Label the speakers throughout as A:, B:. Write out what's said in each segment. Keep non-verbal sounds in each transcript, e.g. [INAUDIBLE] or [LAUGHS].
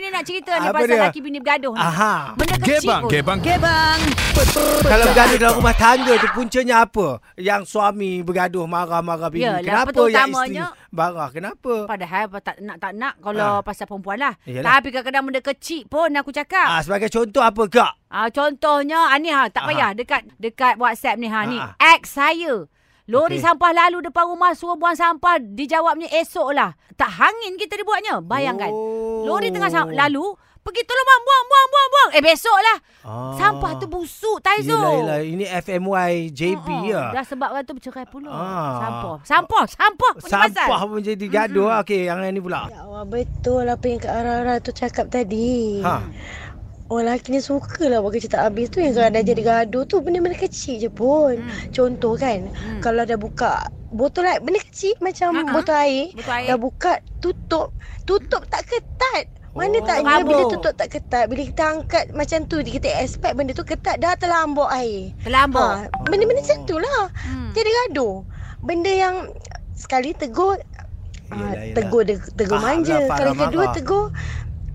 A: nak cerita ni
B: Ah, Apa
A: pasal
B: dia? Ah,
A: laki bini
B: Oh,
A: bergaduh ni.
B: Aha.
A: Benda kecil
C: Gebang,
A: pun.
C: gebang.
A: Gebang.
B: ya. Kalau bergaduh dalam rumah tangga tu puncanya apa? Yang suami bergaduh marah-marah bini.
A: Yalah,
B: Kenapa
A: betul
B: yang isteri
A: utamanya-
B: marah? Kenapa?
A: Padahal apa tak nak tak nak kalau
B: Ah.
A: pasal perempuan lah.
B: Yalah.
A: Tapi kadang-kadang benda kecil pun aku cakap.
B: Ah, sebagai contoh apa kak?
A: Ah. contohnya ah, ni ha tak
B: Aha.
A: payah dekat dekat WhatsApp ni ha ni.
B: Ah.
A: Ex saya. Lori
B: Okey.
A: sampah lalu depan rumah suruh buang sampah dijawabnya esok lah. Tak hangin kita dia buatnya. Bayangkan.
B: Oh.
A: Lori tengah sam- lalu pergi tolong buang buang buang buang buang. Eh besok lah.
B: Ah.
A: Sampah tu busuk Taizo.
B: Yelah, yelah. Ini FMY JB
A: Mm-mm.
B: ya.
A: Dah sebab kan tu bercerai pula.
B: Ah.
A: Sampah. Sampah, sampah. Punya
B: Sampah
A: pasal.
B: pun jadi gaduh. Mm-hmm. Okey, yang ni pula.
D: Ya Allah, betul apa yang Kak Rara tu cakap tadi.
B: Ha.
D: Orang lelaki ni suka lah buat kerja tak habis tu yang kadang jadi gaduh tu benda-benda kecil je pun.
A: Hmm.
D: Contoh kan,
A: Hmm.
D: kalau dah buka botol air, benda kecil macam
A: Ha-ha.
D: botol air,
A: Betul air.
D: dah buka tutup, tutup tak ketat. Mana
B: Oh.
D: taknya bila
A: Rabuk.
D: tutup tak ketat, bila kita angkat macam tu, kita expect benda tu ketat dah terlambuk air.
A: Terlambau.
D: Ha, benda-benda macam tu lah.
A: Hmm.
D: Jadi gaduh. Benda yang sekali tegur
B: Yelah,
D: ah,
B: yelah.
D: tegur dia tegur
B: Faham
D: manja.
B: ya, lah, faham,
D: Kali kedua
B: faham.
D: tegur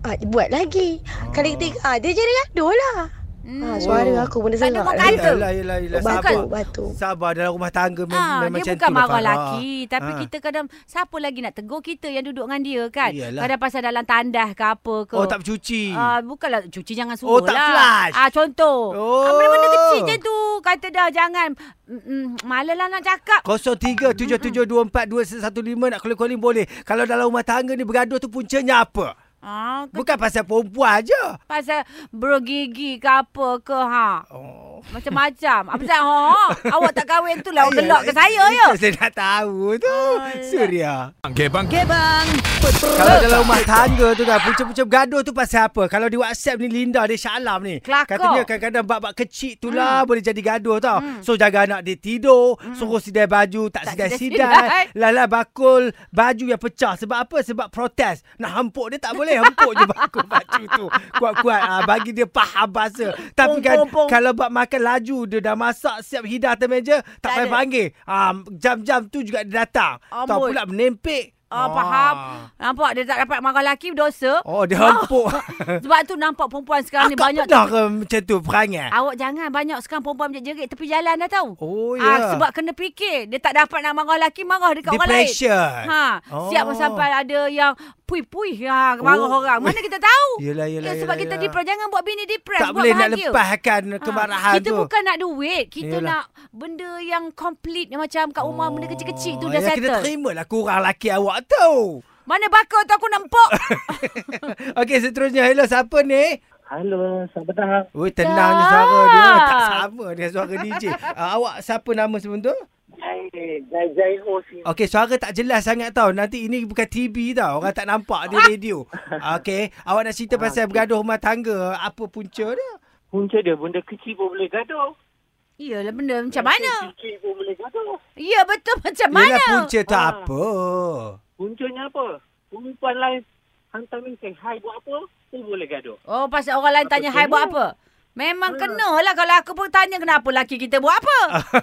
D: ah, buat lagi. Kali ketiga ah, dia jadi gaduh lah.
A: Hmm.
D: Ah, suara
B: Oh.
D: aku benda
A: Tak ada
D: serak.
A: makan. Kata.
B: Yelah, yelah, yelah.
D: Batu,
B: Sabar.
D: batu.
B: Sabar dalam rumah tangga mem-
A: Ah,
B: memang
A: dia bukan
B: macam tu lah,
A: marah
B: Farah.
A: lelaki Tapi
B: Ah.
A: kita kadang Siapa lagi nak tegur kita Yang duduk dengan dia kan
B: Iyalah.
A: Kadang pasal dalam tandas ke apa ke
B: Oh, tak bercuci.
A: Ah, bukanlah cuci jangan suruh
B: Oh, tak
A: lah.
B: flush.
A: Ah, contoh.
B: Oh.
A: Ah, benda-benda kecil je tu. Kata dah jangan. Mm, mm, malalah nak cakap.
B: 0377242115 nak calling-calling boleh. Kalau dalam rumah tangga ni bergaduh tu puncanya apa?
A: Ah, ke,
B: Bukan pasal perempuan je.
A: pasal bergigi ke apa ke ha.
B: Oh.
A: Macam-macam. Apa tak ha? Awak tak kahwin tu lah awak gelak
B: Ayolah,
A: ke saya
B: itu
A: ya.
B: [LAUGHS] Saya nak tahu tu. Suria. ya.
C: Gebang,
A: Okey bang.
B: Kalau dalam rumah tangga tu kan punca-punca bergaduh tu pasal apa? Kalau di WhatsApp ni Linda dia Syalam ni.
A: Kelakar. Hmm.
B: Katanya kadang-kadang bab-bab kecil tu lah boleh jadi gaduh tau. So jaga anak dia tidur, suruh sidai baju,
A: Tak
B: tak, sidai-sidai.
A: sidai-sidai.
B: Lala bakul baju yang pecah sebab apa? Sebab protes. Nak hampuk dia tak boleh, hampuk je bakul [LAUGHS] baju tu. Kuat-kuat ah, bagi dia faham bahasa. Tapi
A: Pong,
B: kan
A: pong, pong.
B: kalau bab makan laju dia dah masak siap hidah atas meja,
A: Tak
B: tak payah
A: ada.
B: panggil. Ah jam-jam tu juga dia datang. Tahu
A: Amboi.
B: pula menempik.
A: Ah, faham. Nampak dia tak dapat marah lelaki berdosa.
B: Oh,
A: [LAUGHS]
B: dia hampuk.
A: Sebab tu nampak perempuan sekarang ni
B: Akak
A: banyak Ah,
B: pernah ke macam tu eh? perangai?
A: Awak jangan banyak sekarang perempuan menjerit tepi jalan dah tahu.
B: Oh,
A: Ah,
B: ya.
A: sebab kena fikir. Dia tak dapat nak marah lelaki, marah dekat orang lain.
B: Depression.
A: Ha, oh. siap sampai ada yang pui-pui ha, marah
B: Oh.
A: orang. Mana kita tahu? Ya,
B: Yelah, yelah,
A: sebab
B: yelah,
A: kita
B: yelah.
A: depres. Jangan buat bini depres.
B: Tak
A: buat
B: boleh nak
A: bahagia. Ah,
B: lepaskan kemarahan
A: kita
B: tu.
A: Kita bukan nak duit. Kita
B: Yelah.
A: Yelah. nak benda yang complete. yang Macam kat rumah oh. benda kecil-kecil tu dah
B: ya, Kita
A: settle.
B: terima lah kurang laki awak tu. [LAUGHS]
A: Mana bakar tu aku nak empuk.
B: Okey, seterusnya. Hello, siapa ni?
E: Halo, selamat petang.
B: Oi, tenangnya suara dia. Tak sama dengan suara
A: [LAUGHS]
B: DJ. Ah, awak siapa nama sebelum tu?
E: Hai, Jai Jai Ho sini.
B: Okey, suara tak jelas sangat tau. Nanti ini bukan TV tau. Orang tak nampak
A: [LAUGHS]
B: dia radio. Ah, Okey, awak nak cerita pasal bergaduh rumah tangga. Apa punca dia?
E: Punca dia benda kecil pun boleh gaduh.
A: [LAUGHS] Iyalah benda macam mana?
E: Kecil pun boleh gaduh.
A: Ya betul macam
B: Yelah,
A: mana?
B: punca tu
E: Ah.
B: apa?
E: Puncanya apa? Perempuan lain hantar mesej, hai buat apa? Pun boleh gaduh.
A: Oh, pasal orang lain tanya, hai buat apa? Memang kena lah kalau aku pun tanya kenapa laki kita buat
B: [LAUGHS]
A: apa.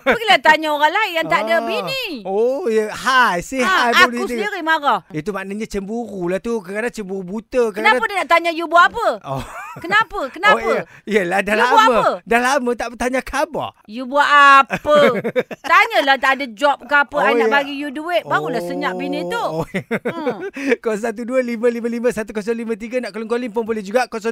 A: Pergilah tanya orang lain yang tak ada
B: Ah.
A: bini.
B: Oh, ya. Hai, say
A: Ah,
B: hi. boleh
A: aku
B: dia.
A: sendiri marah.
B: Itu maknanya cemburu lah tu. Kadang-kadang cemburu buta.
A: Kenapa
B: Kadang-kadang...
A: dia nak tanya you buat apa?
B: [LAUGHS] Oh.
A: Kenapa? Kenapa?
B: Oh, ya. Yelah,
A: You
B: dah lama.
A: buat apa?
B: Dah lama tak bertanya khabar.
A: You buat apa?
B: [LAUGHS]
A: Tanyalah tak ada job ke apa.
B: Oh,
A: I nak
B: ya.
A: bagi you duit. Barulah senyap bini tu.
B: [LAUGHS]
A: [LAUGHS]
B: Oh, ya.
A: Hmm.
B: 0125551053 nak calling-calling pun boleh juga. 03.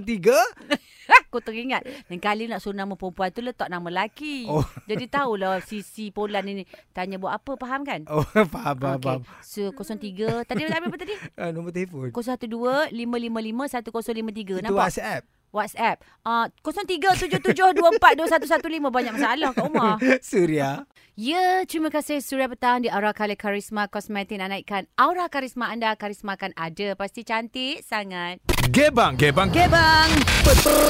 A: Ha, Aku teringat. Lain kali nak suruh nama perempuan tu letak nama lelaki.
B: Oh.
A: Jadi tahulah sisi Polan ini. Tanya buat apa faham kan?
B: [LAUGHS] Oh, faham, faham,
A: Okey. So
B: faham.
A: 03. Tadi habis apa
B: [LAUGHS]
A: tadi?
B: Ah, nombor telefon.
A: 0125551053
B: Itu
A: nampak
B: WhatsApp.
A: WhatsApp uh, 0377242115 banyak masalah kat
B: [LAUGHS]
A: rumah
B: Suria.
A: Ya, terima kasih Surya Petang di Aura Color Karisma Kosmetik nak naikkan aura karisma anda. Karisma kan ada. Pasti cantik sangat.
C: gebang, gebang,
A: Gebang.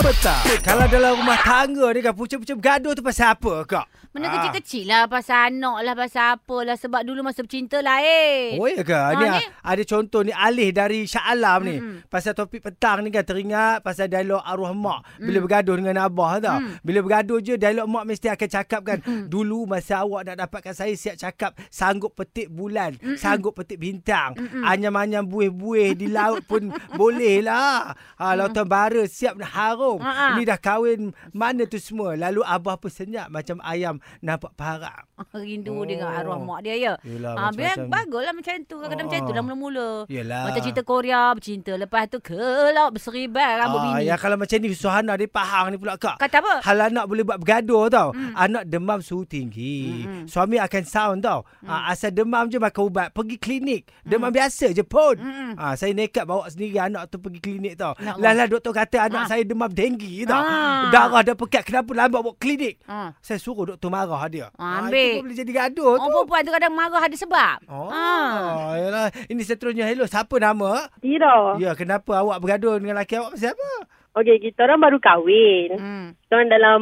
B: Petang. Kalau dalam rumah tangga ni kan pucuk-pucuk bergaduh tu pasal apa kak?
A: Benda
B: Ah.
A: kecil-kecil lah pasal anak lah, pasal apa lah. Sebab dulu masa bercinta lain.
B: Oh ya ke?
A: Ha,
B: ni,
A: ni.
B: ada contoh ni Alih dari Shah Alam ni. Mm-hmm. Pasal topik petang ni kan teringat pasal dialog arwah mak
A: Mm.
B: bila bergaduh dengan abah tau. Mm. Bila bergaduh je dialog mak mesti akan cakap kan dulu masa awak nak dapatkan saya siap cakap sanggup petik
A: [LAUGHS]
B: bulan, mm sanggup petik bintang, anyam-anyam buih-buih di laut pun boleh lah. besar. Ha, lautan bara siap nak harung.
A: Ha, ha.
B: Ini dah kahwin mana tu semua. Lalu abah pun senyap macam ayam nampak parang.
A: [LAUGHS] Rindu oh.
B: Oh.
A: dengan arwah mak dia ya.
B: Yelah,
A: Ah, biar
B: macam-macam.
A: baguslah macam tu. Kadang-kadang macam tu lah
B: Ah.
A: mula-mula.
B: Yelah.
A: Macam cerita Korea bercinta. Lepas tu kelak berseribai rambut
B: Ah,
A: bini.
B: Ya Ha. kalau macam ni Suhana dia Pahang ni pula kak.
A: Kata apa?
B: Hal anak boleh buat bergaduh tau.
A: Hmm.
B: Mm. Anak demam suhu tinggi.
A: Mm-mm.
B: Mm. Suami akan sound tau. Mm.
A: Hmm.
B: Ah, asal demam je makan ubat. Pergi klinik. Demam mm. biasa je pun.
A: Mm-mm.
B: Mm. Ah, saya nekat bawa sendiri anak tu pergi klinik tau.
A: Hmm. Ya Allah.
B: Lah lah doktor kata
A: Ah.
B: anak saya demam denggi tau.
A: Ah.
B: Darah dah pekat. Kenapa lambat bawa klinik?
A: Ah.
B: Saya suruh doktor marah dia.
A: Ah,
B: itu
A: ambil.
B: pun boleh jadi gaduh
A: Orang
B: tu.
A: perempuan tu kadang marah ada sebab.
B: Oh,
A: Ah. Oh.
B: ah. yalah. Ini seterusnya. Hello, siapa nama?
C: Tira.
B: Ya, kenapa awak bergaduh dengan laki awak pasal apa?
C: Okey, kita orang baru kahwin.
A: Hmm.
C: Kita orang dalam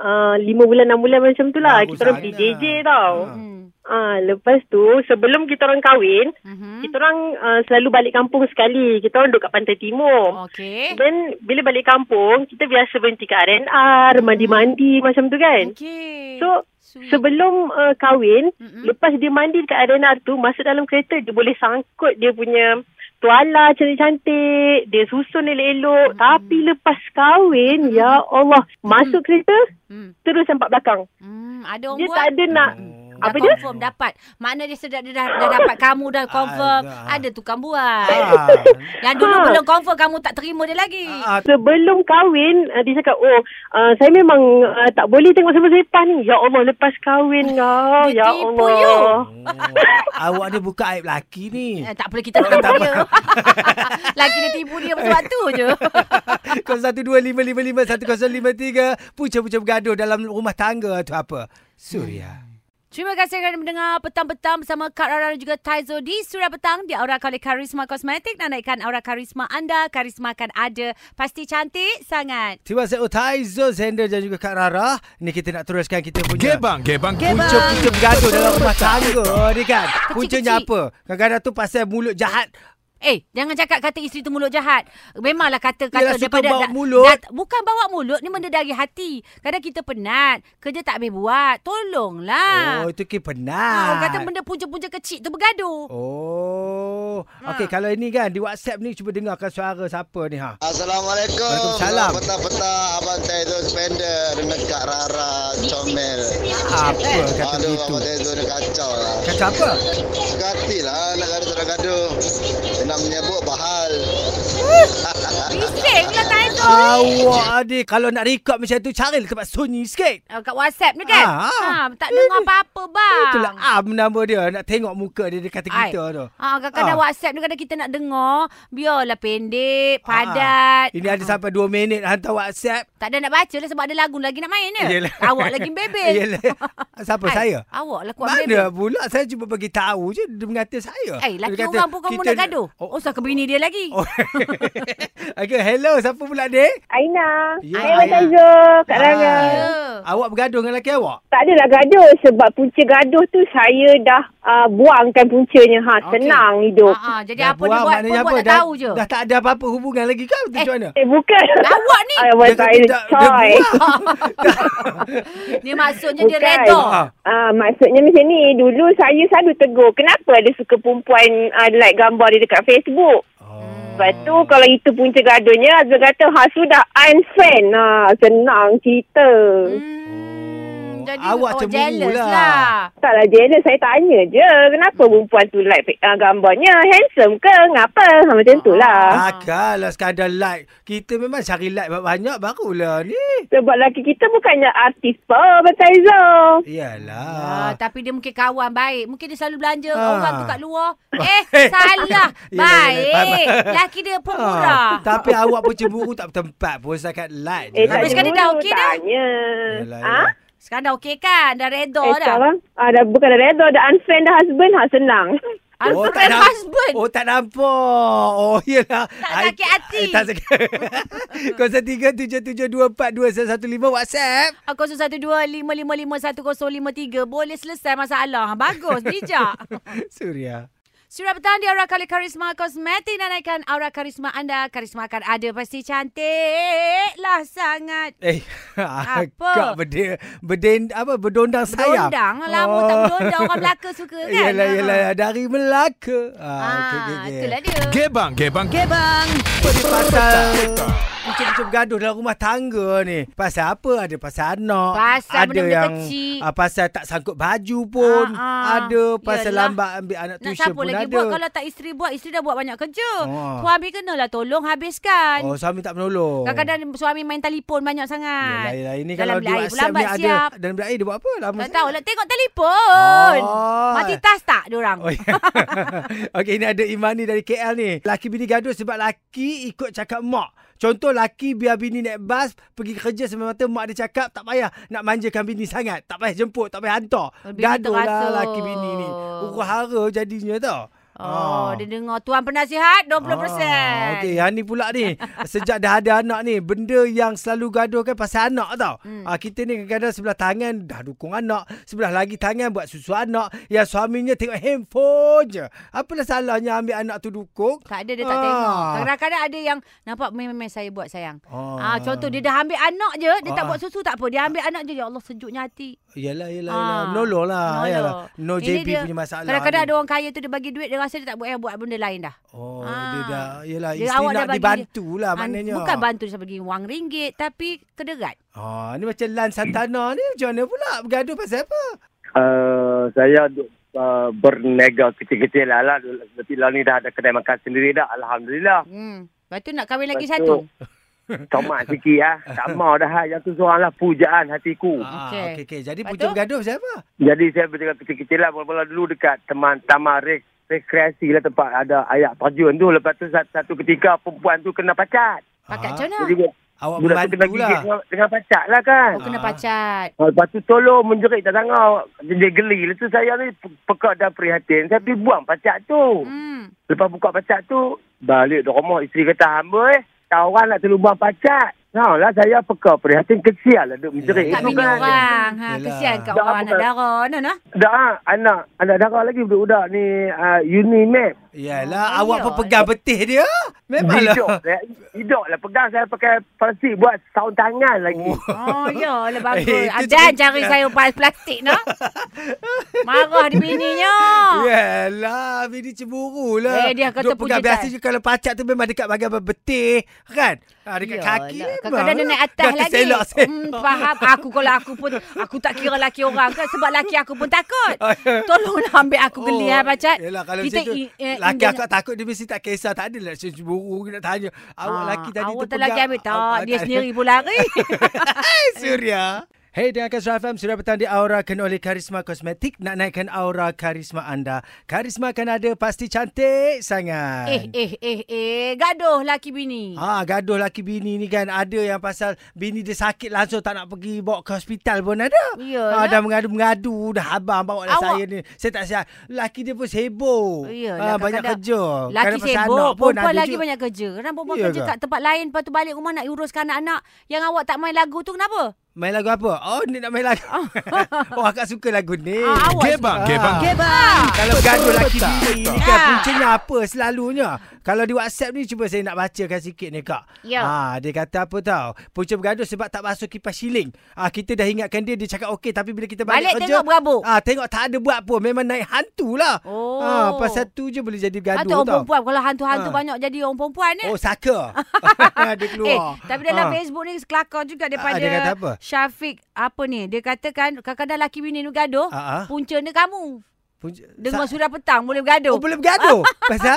C: uh, 5 bulan, 6 bulan macam tu lah.
B: Baru
C: Kita orang pergi
B: sana.
C: JJ tau.
B: Ha.
A: Hmm.
C: Ah, lepas tu, sebelum kita orang kahwin,
A: Mhm.
C: kita orang uh, selalu balik kampung sekali. Kita orang duduk kat Pantai
A: Oh.
C: Timur.
A: Okey.
C: Then, bila balik kampung, kita biasa berhenti kat R&R, mandi-mandi macam tu kan.
A: Okey.
C: So,
A: Sweet.
C: sebelum uh, kahwin,
A: Mm-mm.
C: lepas dia mandi dekat R&R tu, masuk dalam kereta, dia boleh sangkut dia punya tuala cantik-cantik, dia susun
A: Hmm.
C: elok-elok. Tapi lepas kahwin, ya Allah, masuk kereta,
A: Hmm.
C: terus nampak belakang.
A: Hmm. Ada orang
C: Dia
A: buat.
C: tak ada nak...
A: Dah
C: Apa dia?
A: confirm dapat. Makna dia sedap dia dah, dah dapat kamu dah confirm.
B: Agak.
A: Ada tukang buat.
B: Ah.
A: Yang dulu
C: Ha.
A: belum confirm kamu tak terima dia lagi. [LAUGHS]
B: Ah,
C: Sebelum kahwin, uh, dia cakap, oh, uh, saya memang uh, tak boleh tengok sebelah-sebelah ni. Ya Allah, lepas kahwin, ya,
A: Dia
C: ya
A: tipu
C: Allah.
A: you.
B: oh. Awak ni buka aib laki ni.
A: [LAUGHS] Eh, tak boleh kita tipu dia. [LAUGHS] Lagi dia tipu dia sebab tu je.
B: 0125551053 Puca-puca bergaduh dalam rumah tangga tu apa?
A: Hmm.
B: Suria.
A: Terima kasih kerana mendengar Petang-Petang bersama Kak Rara dan juga Taizo di Surya Petang di Aura oleh Karisma Kosmetik. Nak naikkan aura karisma anda, karisma akan ada. Pasti cantik sangat.
B: Terima kasih Otaizo, Zender dan juga Kak Rara. Ni kita nak teruskan kita punya
F: Gebang, gebang, punca
B: Punca-punca bergaduh dalam rumah tangga ni kan.
A: Kecil-kecil.
B: Puncanya apa? Kadang-kadang tu pasal mulut jahat.
A: Eh, jangan cakap kata isteri tu mulut jahat. Memanglah
B: Yelah,
A: kata-kata
B: suka bawa
A: da-
B: mulut.
A: da- bukan bawa mulut, ni benda dari hati. Kadang kita penat, kerja tak habis buat. Tolonglah.
B: Oh, itu ke penat.
A: Ah, orang kata benda punca-punca kecil tu bergaduh.
B: Oh.
A: Ha.
B: Okey, kalau ini kan di WhatsApp ni cuba dengarkan suara siapa ni ha.
G: Assalamualaikum.
B: Waalaikumsalam.
G: Petang-petang abang saya tu spender dengan Kak Rara comel.
B: Apa kata
G: Aduh,
B: begitu?
G: abang saya tu dah kacau lah.
B: Kata apa?
G: Suka hati lah nak gaduh tak gaduh. Nak menyebut bahal.
A: Bising lah Taizo.
B: Awak adik kalau nak record macam tu carilah tempat sunyi sikit.
A: Ah, kat WhatsApp ni kan? Ah,
B: Ah.
A: tak dengar apa-apa bang.
B: Itulah Am nama dia nak tengok muka dia dekat
A: Ai.
B: kita tu.
A: Ah, kadang-kadang
B: Ah.
A: WhatsApp ni kadang kita nak dengar, biarlah pendek, padat.
B: Ini ada sampai 2 minit hantar WhatsApp.
A: Tak ada nak baca lah sebab ada lagu lagi nak main ya.
B: Yelah.
A: Awak lagi bebel.
B: [LAUGHS] Yelah. Ah, Siapa
A: Ai,
B: saya?
A: Awak lah kuat bebel.
B: Mana pula saya cuba bagi tahu je dia mengata saya.
A: Eh, laki
B: Dia kata,
A: orang pun kamu
B: kita
A: nak
B: ni-
A: gaduh. Oh, oh ke bini dia lagi.
B: Oh. [LAUGHS] Okey, hello. Siapa pula dia?
C: Aina.
B: Ya, Aina.
C: Hai, Abang Taizul. Kak Rara.
A: Ya.
B: Awak bergaduh dengan laki awak?
C: Tak adalah gaduh sebab punca gaduh tu saya dah uh, buangkan puncanya. Ha,
A: Okey.
C: okay. senang hidup.
A: Ah, ah, jadi
B: Dah
A: apa dia
B: buang,
A: buat,
B: maknanya
A: perempuan tak
B: Dah-
A: tahu je.
B: Dah tak ada apa-apa hubungan lagi kan? Macam
A: ah.
B: mana?
C: Eh, bukan. [LAUGHS]
A: Awak ni.
C: Ay, abang
B: Dia kata
C: saya
B: tak- dia
C: coy.
A: [LAUGHS] Ni maksudnya dia
C: Bukan.
A: redha.
B: Ah.
C: Ah, maksudnya macam ni, dulu saya selalu tegur, kenapa ada suka perempuan ah, like gambar dia dekat Facebook?
A: Hmm.
B: Oh.
C: Lepas tu kalau itu punca gaduhnya, Azul kata, ha sudah unfriend. Ha, senang cerita.
A: Hmm, jadi
B: Awak
A: oh,
B: cemburu
A: jealous
B: lah.
A: lah.
C: Taklah jealous, saya tanya je, kenapa perempuan tu like uh, gambarnya? Handsome ke? Ngapa? Ha, macam tu lah.
B: Ah, kalau sekadar like. Kita memang cari like banyak-banyak barulah ni.
C: Sebab lelaki kita bukannya artis pun, Betul Zul.
A: Ah,
B: Iyalah.
A: tapi dia mungkin kawan baik. Mungkin dia selalu belanja
B: Ah.
A: orang tu kat
B: [LAUGHS]
A: luar. Eh, salah.
B: Yelah, yelah,
A: baik.
B: ya, faham. Ah.
A: Laki dia pun murah.
B: tapi awak pun cemburu tak bertempat pun setakat like. je.
C: Eh, tak
A: Habis kan dia
C: dulu
A: dah okey dah?
C: Tanya.
B: Yelah,
C: Ha?
B: yelah.
A: Sekarang dah okey kan? Dah redha
C: Eh,
A: dah.
C: sekarang, ah, dah, bukan dah redha, dah unfriend dah husband, ha,
E: [LAUGHS]
C: senang.
A: Unfriend
B: nam-
A: husband.
B: Oh, tak nampak. Oh, yelah.
A: Tak
B: Ai-
A: sakit hati.
B: Eh, tak [LAUGHS] sakit. 0377242115 WhatsApp.
A: Aku
B: [LAUGHS]
A: 012-555-1053. Boleh selesai masalah. Bagus, bijak.
B: Suria.
A: Surah petang di Aura Kali Karisma Kosmetik dan naikkan aura karisma anda. Karisma akan ada pasti cantik lah sangat.
B: Eh, [LAUGHS] akak berdin, berdin, apa, berdondang sayap.
A: Berdondang
B: Oh.
A: lama tak berdondang lah,
B: [LAUGHS]
A: orang Melaka suka kan.
B: Yalah,
A: Ha.
B: yalah, dari Melaka. Ah,
A: Ah,
B: okey, okey, okey.
A: itulah dia.
F: Gebang, gebang, gebang.
A: Gebang.
B: Dia pasal Macam-macam bergaduh dalam rumah tangga ni Pasal apa? Ada pasal anak
A: Pasal
B: Ada
A: benda-benda
B: yang
A: kecil.
B: ah, Pasal tak sangkut baju pun
A: Ah, ah.
B: Ada Pasal
A: Yalah.
B: lambat ambil anak
A: Nak
B: tuition
A: siapa
B: pun
A: lagi
B: ada
A: buat kalau tak isteri buat. Isteri dah buat banyak kerja.
B: Ah.
A: Suami kenalah tolong habiskan.
B: Oh suami tak menolong
A: kan? Kadang-kadang suami main telefon banyak sangat.
B: Yelah, yelah. Ini
A: Dalam
B: kalau di
A: bilik air pula
B: WhatsApp ni
A: lambat
B: ada
A: siap.
B: Dalam bilik air dia buat apa? Lama
A: Tak
B: sangat.
A: tahu lah tengok telefon.
B: Oh.
A: Mati tas tak diorang?
B: Oh, ya. [LAUGHS] Okey, ini ada Imani dari KL ni. Laki bini gaduh sebab laki ikut cakap mak. Contoh laki biar bini naik bas pergi kerja semata-mata mak dia cakap tak payah nak manjakan bini sangat. Tak payah jemput, tak payah hantar.
A: Oh, bini
B: Gaduh lah
A: terasa.
B: laki bini ni. Huru hara jadinya tau.
A: Oh,
B: Ah.
A: dia dengar tuan penasihat 20%.
B: Ah, Okey, yang ni pula ni. Sejak dah ada anak ni, benda yang selalu gaduh kan pasal anak tau. Hmm. Ah, kita ni kadang-kadang sebelah tangan dah dukung anak, sebelah lagi tangan buat susu anak, yang suaminya tengok handphone je. Apalah salahnya ambil anak tu dukung?
A: Tak ada dia tak
B: Ah.
A: tengok. Kadang-kadang ada yang nampak memang saya buat sayang. Ah.
B: Ah.
A: contoh dia dah ambil anak je, dia tak
B: Ah.
A: buat susu tak apa. Dia ambil anak je. Ya Allah sejuknya hati.
B: Yalah, yalah,
A: Ah.
B: yalah. Menolong lah. Yalah. No
A: Ini
B: JP
A: dia-
B: punya masalah.
A: Kadang-kadang
B: ni.
A: ada orang kaya tu dia bagi duit dia rasa dia tak buat buat benda lain dah.
B: Oh,
A: Ah.
B: dia dah. Yalah,
A: Dia
B: isteri
A: awak dah
B: nak
A: bagi
B: dibantu lah
A: An-
B: maknanya.
A: Bukan bantu dia bagi wang ringgit tapi kederat.
B: Ah, ni macam Lan Santana ni macam mana pula? Bergaduh pasal apa?
E: Uh, saya uh, berniaga kecil-kecil lah lah. Lepas ni dah ada kedai makan sendiri dah. Alhamdulillah.
A: Hmm. Lepas tu nak kahwin lagi
E: Lepas
A: satu.
E: tu- Tomat sikit lah. Tak mau dah. ah. Yang tu seorang lah pujaan hatiku.
B: Ah,
A: Okey.
B: okey, okey. Jadi
A: Lepas
B: punca
A: tu?
B: bergaduh pasal apa?
E: Jadi saya berjalan kecil-kecil lah. Mula-mula dulu dekat teman taman re- rekreasi lah tempat ada ayak terjun tu. Lepas tu satu, satu ketika perempuan tu kena pacat.
A: Pakat
B: Ah,
A: macam mana?
E: Jadi
B: Awak
E: budak tu kena
B: membantu
E: gigit
B: lah.
E: dengan, dengan pacat lah kan.
A: Oh, kena
B: Ah.
A: pacat.
E: Ha, Lepas tu tolong menjerit tak sanggup. Dia geli. Lepas tu saya ni pe- pekak dan prihatin. Saya pergi buang pacak tu.
A: Hmm.
E: Lepas buka pacak tu, balik di rumah. Isteri kata, hamba eh, tak orang nak tolong buang pacak. Ha lah saya pekak prihatin. Kesian lah duk menjerit.
B: Eh,
A: Kat
E: tu
A: bini
B: bukan.
A: orang. Ha,
B: Yelah.
A: kesian kat
E: Tak,
A: orang anak
E: bukan.
A: dara. Nah, nah.
E: Dah ah, anak. Anak darah lagi budak-budak ni uh, Unimap.
B: Yalah,
A: Oh,
B: awak
A: ya.
B: pun pegang betih dia. Memanglah.
E: Hidup. eh. Hidup lah. Pegang saya pakai plastik buat saun tangan lagi.
B: Oh.
A: Oh, ya lah
B: [LAUGHS] Eh,
A: bagus.
B: itu
A: Adan
B: tak-
A: cari saya pas plastik
B: [LAUGHS]
A: nah. Marah di bininya.
B: Ya, Yalah, bini cemburu lah.
A: Ah. Eh, dia kata
B: Duk pegang
A: puja
B: biasa
A: tak?
B: je kalau pacak tu memang dekat bahagian betih, kan? Ha, dekat kaki
A: Yalah,
B: memang.
A: Ya Kadang-kadang dia
B: lah.
A: naik atas
B: Dah
A: lagi.
B: terselok,
A: Hmm,
B: [LAUGHS] selok.
A: faham. Aku kalau aku pun, aku tak kira laki orang ke. Sebab laki aku pun
B: [LAUGHS]
A: takut. Tolonglah ambil aku geli
B: ya. Oh,
A: lah, Pacat.
B: Yelah kalau Kita macam tu
A: i- eh,
B: Laki
A: ingat-
B: aku takut Dia mesti tak kisah Tak adalah cemburu Nak tanya Awak
A: Ah,
B: laki tadi
A: awak
B: tu kan?
A: tak laki ambil tak.
B: [LAUGHS]
A: Dia sendiri pun lari.
B: Surya. Hey, dengan Kasra FM, Surya Petang diaurakan oleh Karisma Kosmetik. Nak naikkan aura karisma anda. Karisma akan ada pasti cantik sangat.
A: eh, eh, eh, eh. Gaduh laki bini.
B: Ha, gaduh laki bini ni kan ada yang pasal bini dia sakit langsung tak nak pergi bawa ke hospital pun ada.
A: Iyalah.
B: Ha, dah mengadu-mengadu dah abang bawa
A: Awak-
B: lah saya ni. Saya tak sihat. Laki dia pun sibuk.
A: Iyalah, Ya, lah,
B: Ah, banyak
A: kadang-kadang
B: kerja.
A: Laki
B: Kadang pasal
A: sibuk,
B: anak
A: perempuan
B: ada
A: lagi
B: juga.
A: banyak kerja. Kadang perempuan
B: Ya
A: kerja
B: ke?
A: kat tempat lain, lepas tu balik rumah nak uruskan anak-anak. Yang awak tak main lagu tu kenapa?
B: Main lagu apa? Oh, ni nak main
A: [LAUGHS]
B: lagu. oh, akak suka lagu ni.
A: Ah, awak
F: Gebang,
B: suka.
F: gebang.
B: Ah.
A: Gebang.
B: Kalau bergaduh laki bini ni kan
A: Ya.
B: puncanya apa selalunya? Kalau di WhatsApp ni cuba saya nak bacakan sikit ni kak.
A: Ya.
B: Ha, dia kata apa tau? Punca bergaduh sebab tak basuh kipas siling. Ah ha, kita dah ingatkan dia dia cakap okey tapi bila kita balik,
A: Balik
B: kerja
A: tengok berabuk.
B: Ah ha, tengok tak ada buat pun memang naik hantu lah.
A: Oh.
B: Ah ha, pasal tu je boleh jadi bergaduh
A: Atau orang
B: tau.
A: perempuan. Kalau hantu-hantu
B: Ah.
A: banyak jadi orang perempuan ya.
B: Oh
A: [LAUGHS]
B: saka. dia keluar.
A: Eh, tapi dalam
B: Ah.
A: Facebook ni kelakar juga daripada
B: dia kata apa?
A: Syafiq apa ni? Dia katakan kadang-kadang laki bini ni bergaduh,
B: Ah, ah.
A: punca ni kamu.
B: Punca-
A: Dengar
B: Sa-
A: surah petang boleh bergaduh.
B: Oh boleh bergaduh Pasal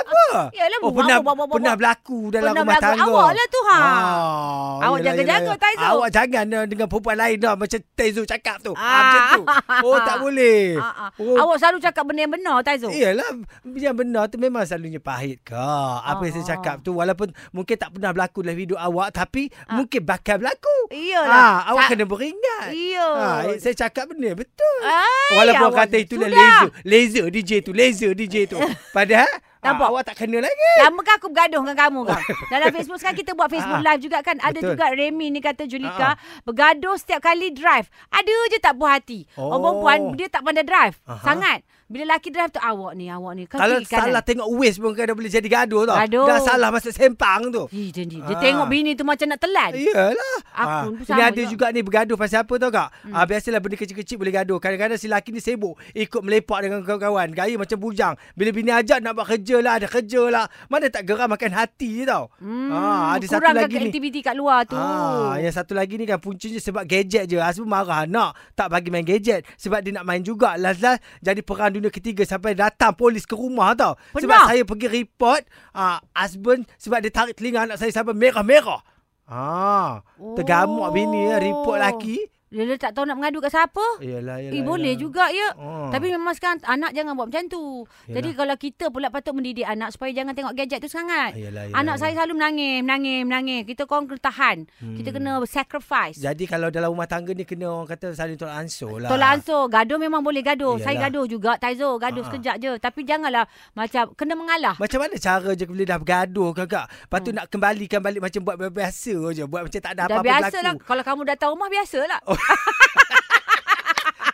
A: [LAUGHS]
B: apa
A: Yalah,
B: Oh
A: buat,
B: pernah
A: buat, buat, buat,
B: Pernah
A: buat.
B: berlaku Dalam
A: Pernah
B: rumah
A: berlaku.
B: tangga
A: Awak lah tu, ha.
B: Ah,
A: Awak
B: yalah,
A: jaga-jaga,
B: yalah.
A: Taizo.
B: Awak jangan eh, Dengan perempuan lain dah Macam Taizo cakap tu ah.
A: Ah.
B: Macam tu Oh tak boleh
A: Ah, ah.
B: oh,
A: Awak selalu cakap benda yang benar Taizo.
B: Iyalah Yang benar tu memang selalunya pahit kah Apa yang
A: Ah.
B: saya cakap tu Walaupun mungkin tak pernah berlaku dalam hidup awak Tapi mungkin bakal berlaku
A: Ah. Iyalah.
B: Ah, Awak
A: Tak-
B: kena beringat
A: Iya.
B: Ah, eh, saya cakap benda yang betul.
A: Ay,
B: Walaupun
A: Eh, awak-
B: kata itu
A: Sudah. [LAUGHS]
B: laser. Laser DJ tu, laser DJ tu. Padahal
A: Nampak?
B: Ah, awak tak kena lagi.
A: Lama kan aku bergaduh dengan kamu kan.
B: [LAUGHS]
A: Dalam Facebook sekarang kita buat Facebook
B: Ah,
A: live juga kan. Ada
B: betul. Ah,
A: juga Remy ni kata Julika bergaduh setiap kali drive. Ada je tak puas hati. Oh.
B: Oh.
A: Orang perempuan dia tak pandai drive.
B: Aha.
A: Sangat. Bila laki drive tu awak ni, awak ni. Kan Kau
B: Kalau
A: kiri kanan.
B: salah tengok waste pun kadang boleh jadi gaduh tau.
A: Gaduh.
B: Dah salah masuk sempang tu.
A: Hi, dia, dia, dia
B: Ah.
A: tengok bini tu macam nak telan.
B: Iyalah.
A: Aku pun
B: Ah, Ini
A: sama
B: ada
A: juga.
B: juga ni bergaduh pasal apa tau kak? Hmm. Ah, biasalah benda kecil-kecil boleh gaduh. Kadang-kadang si lelaki ni sibuk ikut melepak dengan kawan-kawan. Gaya macam bujang. Bila bini ajak nak buat kerja lah, ada kerja lah. Mana tak geram makan hati je tau.
A: Hmm,
B: Ah, ada satu
A: kurangkan
B: lagi ni.
A: aktiviti kat luar tu.
B: Ah, yang satu lagi ni kan puncanya sebab gadget je. Azmi marah nak tak bagi main gadget sebab dia nak main juga. Last-last jadi perang dunia ketiga sampai datang polis ke rumah tau. Sebab
A: Pernah?
B: saya pergi report ah husband sebab dia tarik telinga anak saya sampai merah-merah. Ah,
A: Oh.
B: tergamak bini ya report laki.
A: Dia, dia tak tahu nak mengadu kat siapa.
B: Yalah yalah.
A: Oh. Eh boleh
B: yalah.
A: juga ya.
B: Ah.
A: Tapi memang sekarang anak jangan buat macam tu. Jadi kalau kita pula patut mendidik anak supaya jangan tengok gadget tu sangat.
B: Yelah, yelah,
A: anak
B: yelah.
A: saya selalu menangis, menangis, menangis. Kita korang kena tahan. Hmm. Kita kena sacrifice.
B: Jadi kalau dalam rumah tangga ni kena orang kata saling tolak ansur lah.
A: Tolak ansur. Gaduh memang boleh gaduh. Saya
B: Iyalah.
A: gaduh juga. Taizo gaduh
B: Ha-ha.
A: sekejap je. Tapi janganlah macam kena mengalah.
B: Macam mana cara je bila dah bergaduh kakak? Lepas tu hmm. nak kembalikan balik macam buat biasa je. Buat macam tak ada
A: Dah
B: apa-apa
A: biasa
B: berlaku.
A: lah. Kalau kamu datang rumah biasa lah. Oh,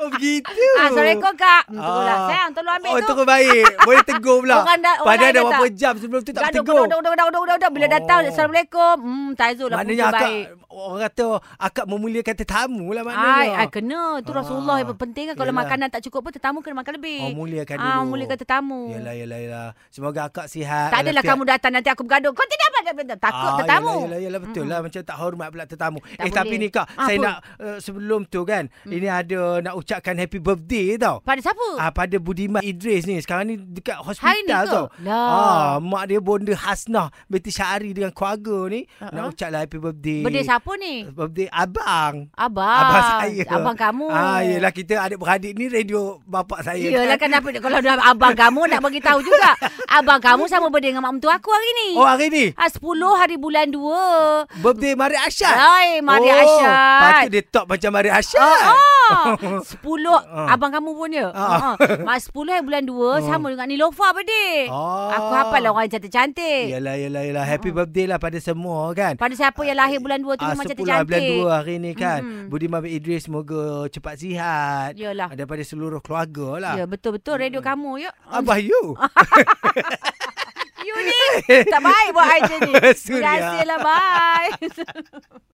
B: Oh begitu.
A: ah, [LAUGHS] Assalamualaikum kak. Hmm, Tolong lah.
B: Ah.
A: Sayang tolong ambil
B: oh,
A: tu.
B: terus
A: [LAUGHS]
B: baik. Boleh tegur pula.
A: Orang dah- orang
B: Padahal
A: lain
B: dah
A: dah
B: berapa
A: tak.
B: jam sebelum tu tak
A: Gaduh,
B: bertegur.
A: gaduh, gaduh, gaduh, gaduh, gaduh. Bila
B: Oh.
A: datang, Assalamualaikum. Hmm, Taizo lah.
B: Maknanya
A: punca
B: akak,
A: baik.
B: orang kata akak memuliakan tetamu lah maknanya.
A: Ai, ai ah, kena. Tu Rasulullah
B: Ah,
A: yang penting kan kalau
B: yelah.
A: makanan tak cukup pun tetamu kena makan lebih.
B: Oh, muliakan dulu.
A: Ah, muliakan tetamu.
B: Yelah, yelah, yelah. Semoga akak sihat. Ah,
A: Tak adalah
B: alafiat.
A: kamu datang nanti aku bergaduh. Kau tidak apa takut tetamu.
B: Yelah, yelah, yelah betul lah macam tak hormat pula tetamu.
A: Tak
B: Tak eh
A: boleh.
B: tapi
A: Ah,
B: ni kak,
A: Apa? Mm.
B: saya nak uh, sebelum tu kan, hmm. ini ada nak ucapkan happy birthday tau.
A: Pada siapa?
B: Ah pada Budiman Idris ni sekarang ni dekat
A: Oh.
B: hospital
A: Hari ni ke?
B: tau.
A: Lah.
B: Ah mak dia bonda Hasnah binti Syahari dengan keluarga ni uh-huh. nak ucap lah happy birthday.
A: Birthday siapa ni?
B: Birthday abang.
A: Abang.
B: Abang saya.
A: Abang kamu.
B: Ah yelah kita adik-beradik ni radio bapak saya.
A: Yelah kan apa kalau dah abang kamu nak bagi tahu
B: [LAUGHS]
A: juga. abang kamu sama birthday dengan mak mentua aku hari ni.
B: Oh hari ni
A: Ah 10 hari bulan 2.
B: birthday Mari Asyad.
A: Hai, Mari Asyad.
B: Patut dia top macam Mari Asyad. [LAUGHS]
A: Ah, ah. Sepuluh
B: Ah.
A: Abang kamu pun ya ah.
B: Ah.
A: Mas sepuluh hari bulan dua Sama dengan Nilofa berdik
B: Ah. Ya.
A: Aku hafal lah orang Oh. cantik-cantik
B: Yalah, yalah, yalah. Happy birthday lah pada semua kan.
A: Pada siapa yang lahir bulan dua tu
B: Ah,
A: Memang
B: 10 bulan
A: cantik-cantik
B: 2 hari ni kan. Mm-hmm. Budiman bin Idris semoga cepat sihat.
A: Hmm. Yalah.
B: Daripada seluruh keluarga lah.
A: Ya betul-betul radio kamu ya
B: Abah you.
A: You ni Tak baik buat idea ni Terima
B: [LAUGHS] Suria. [LAUGHS]
A: kasih lah bye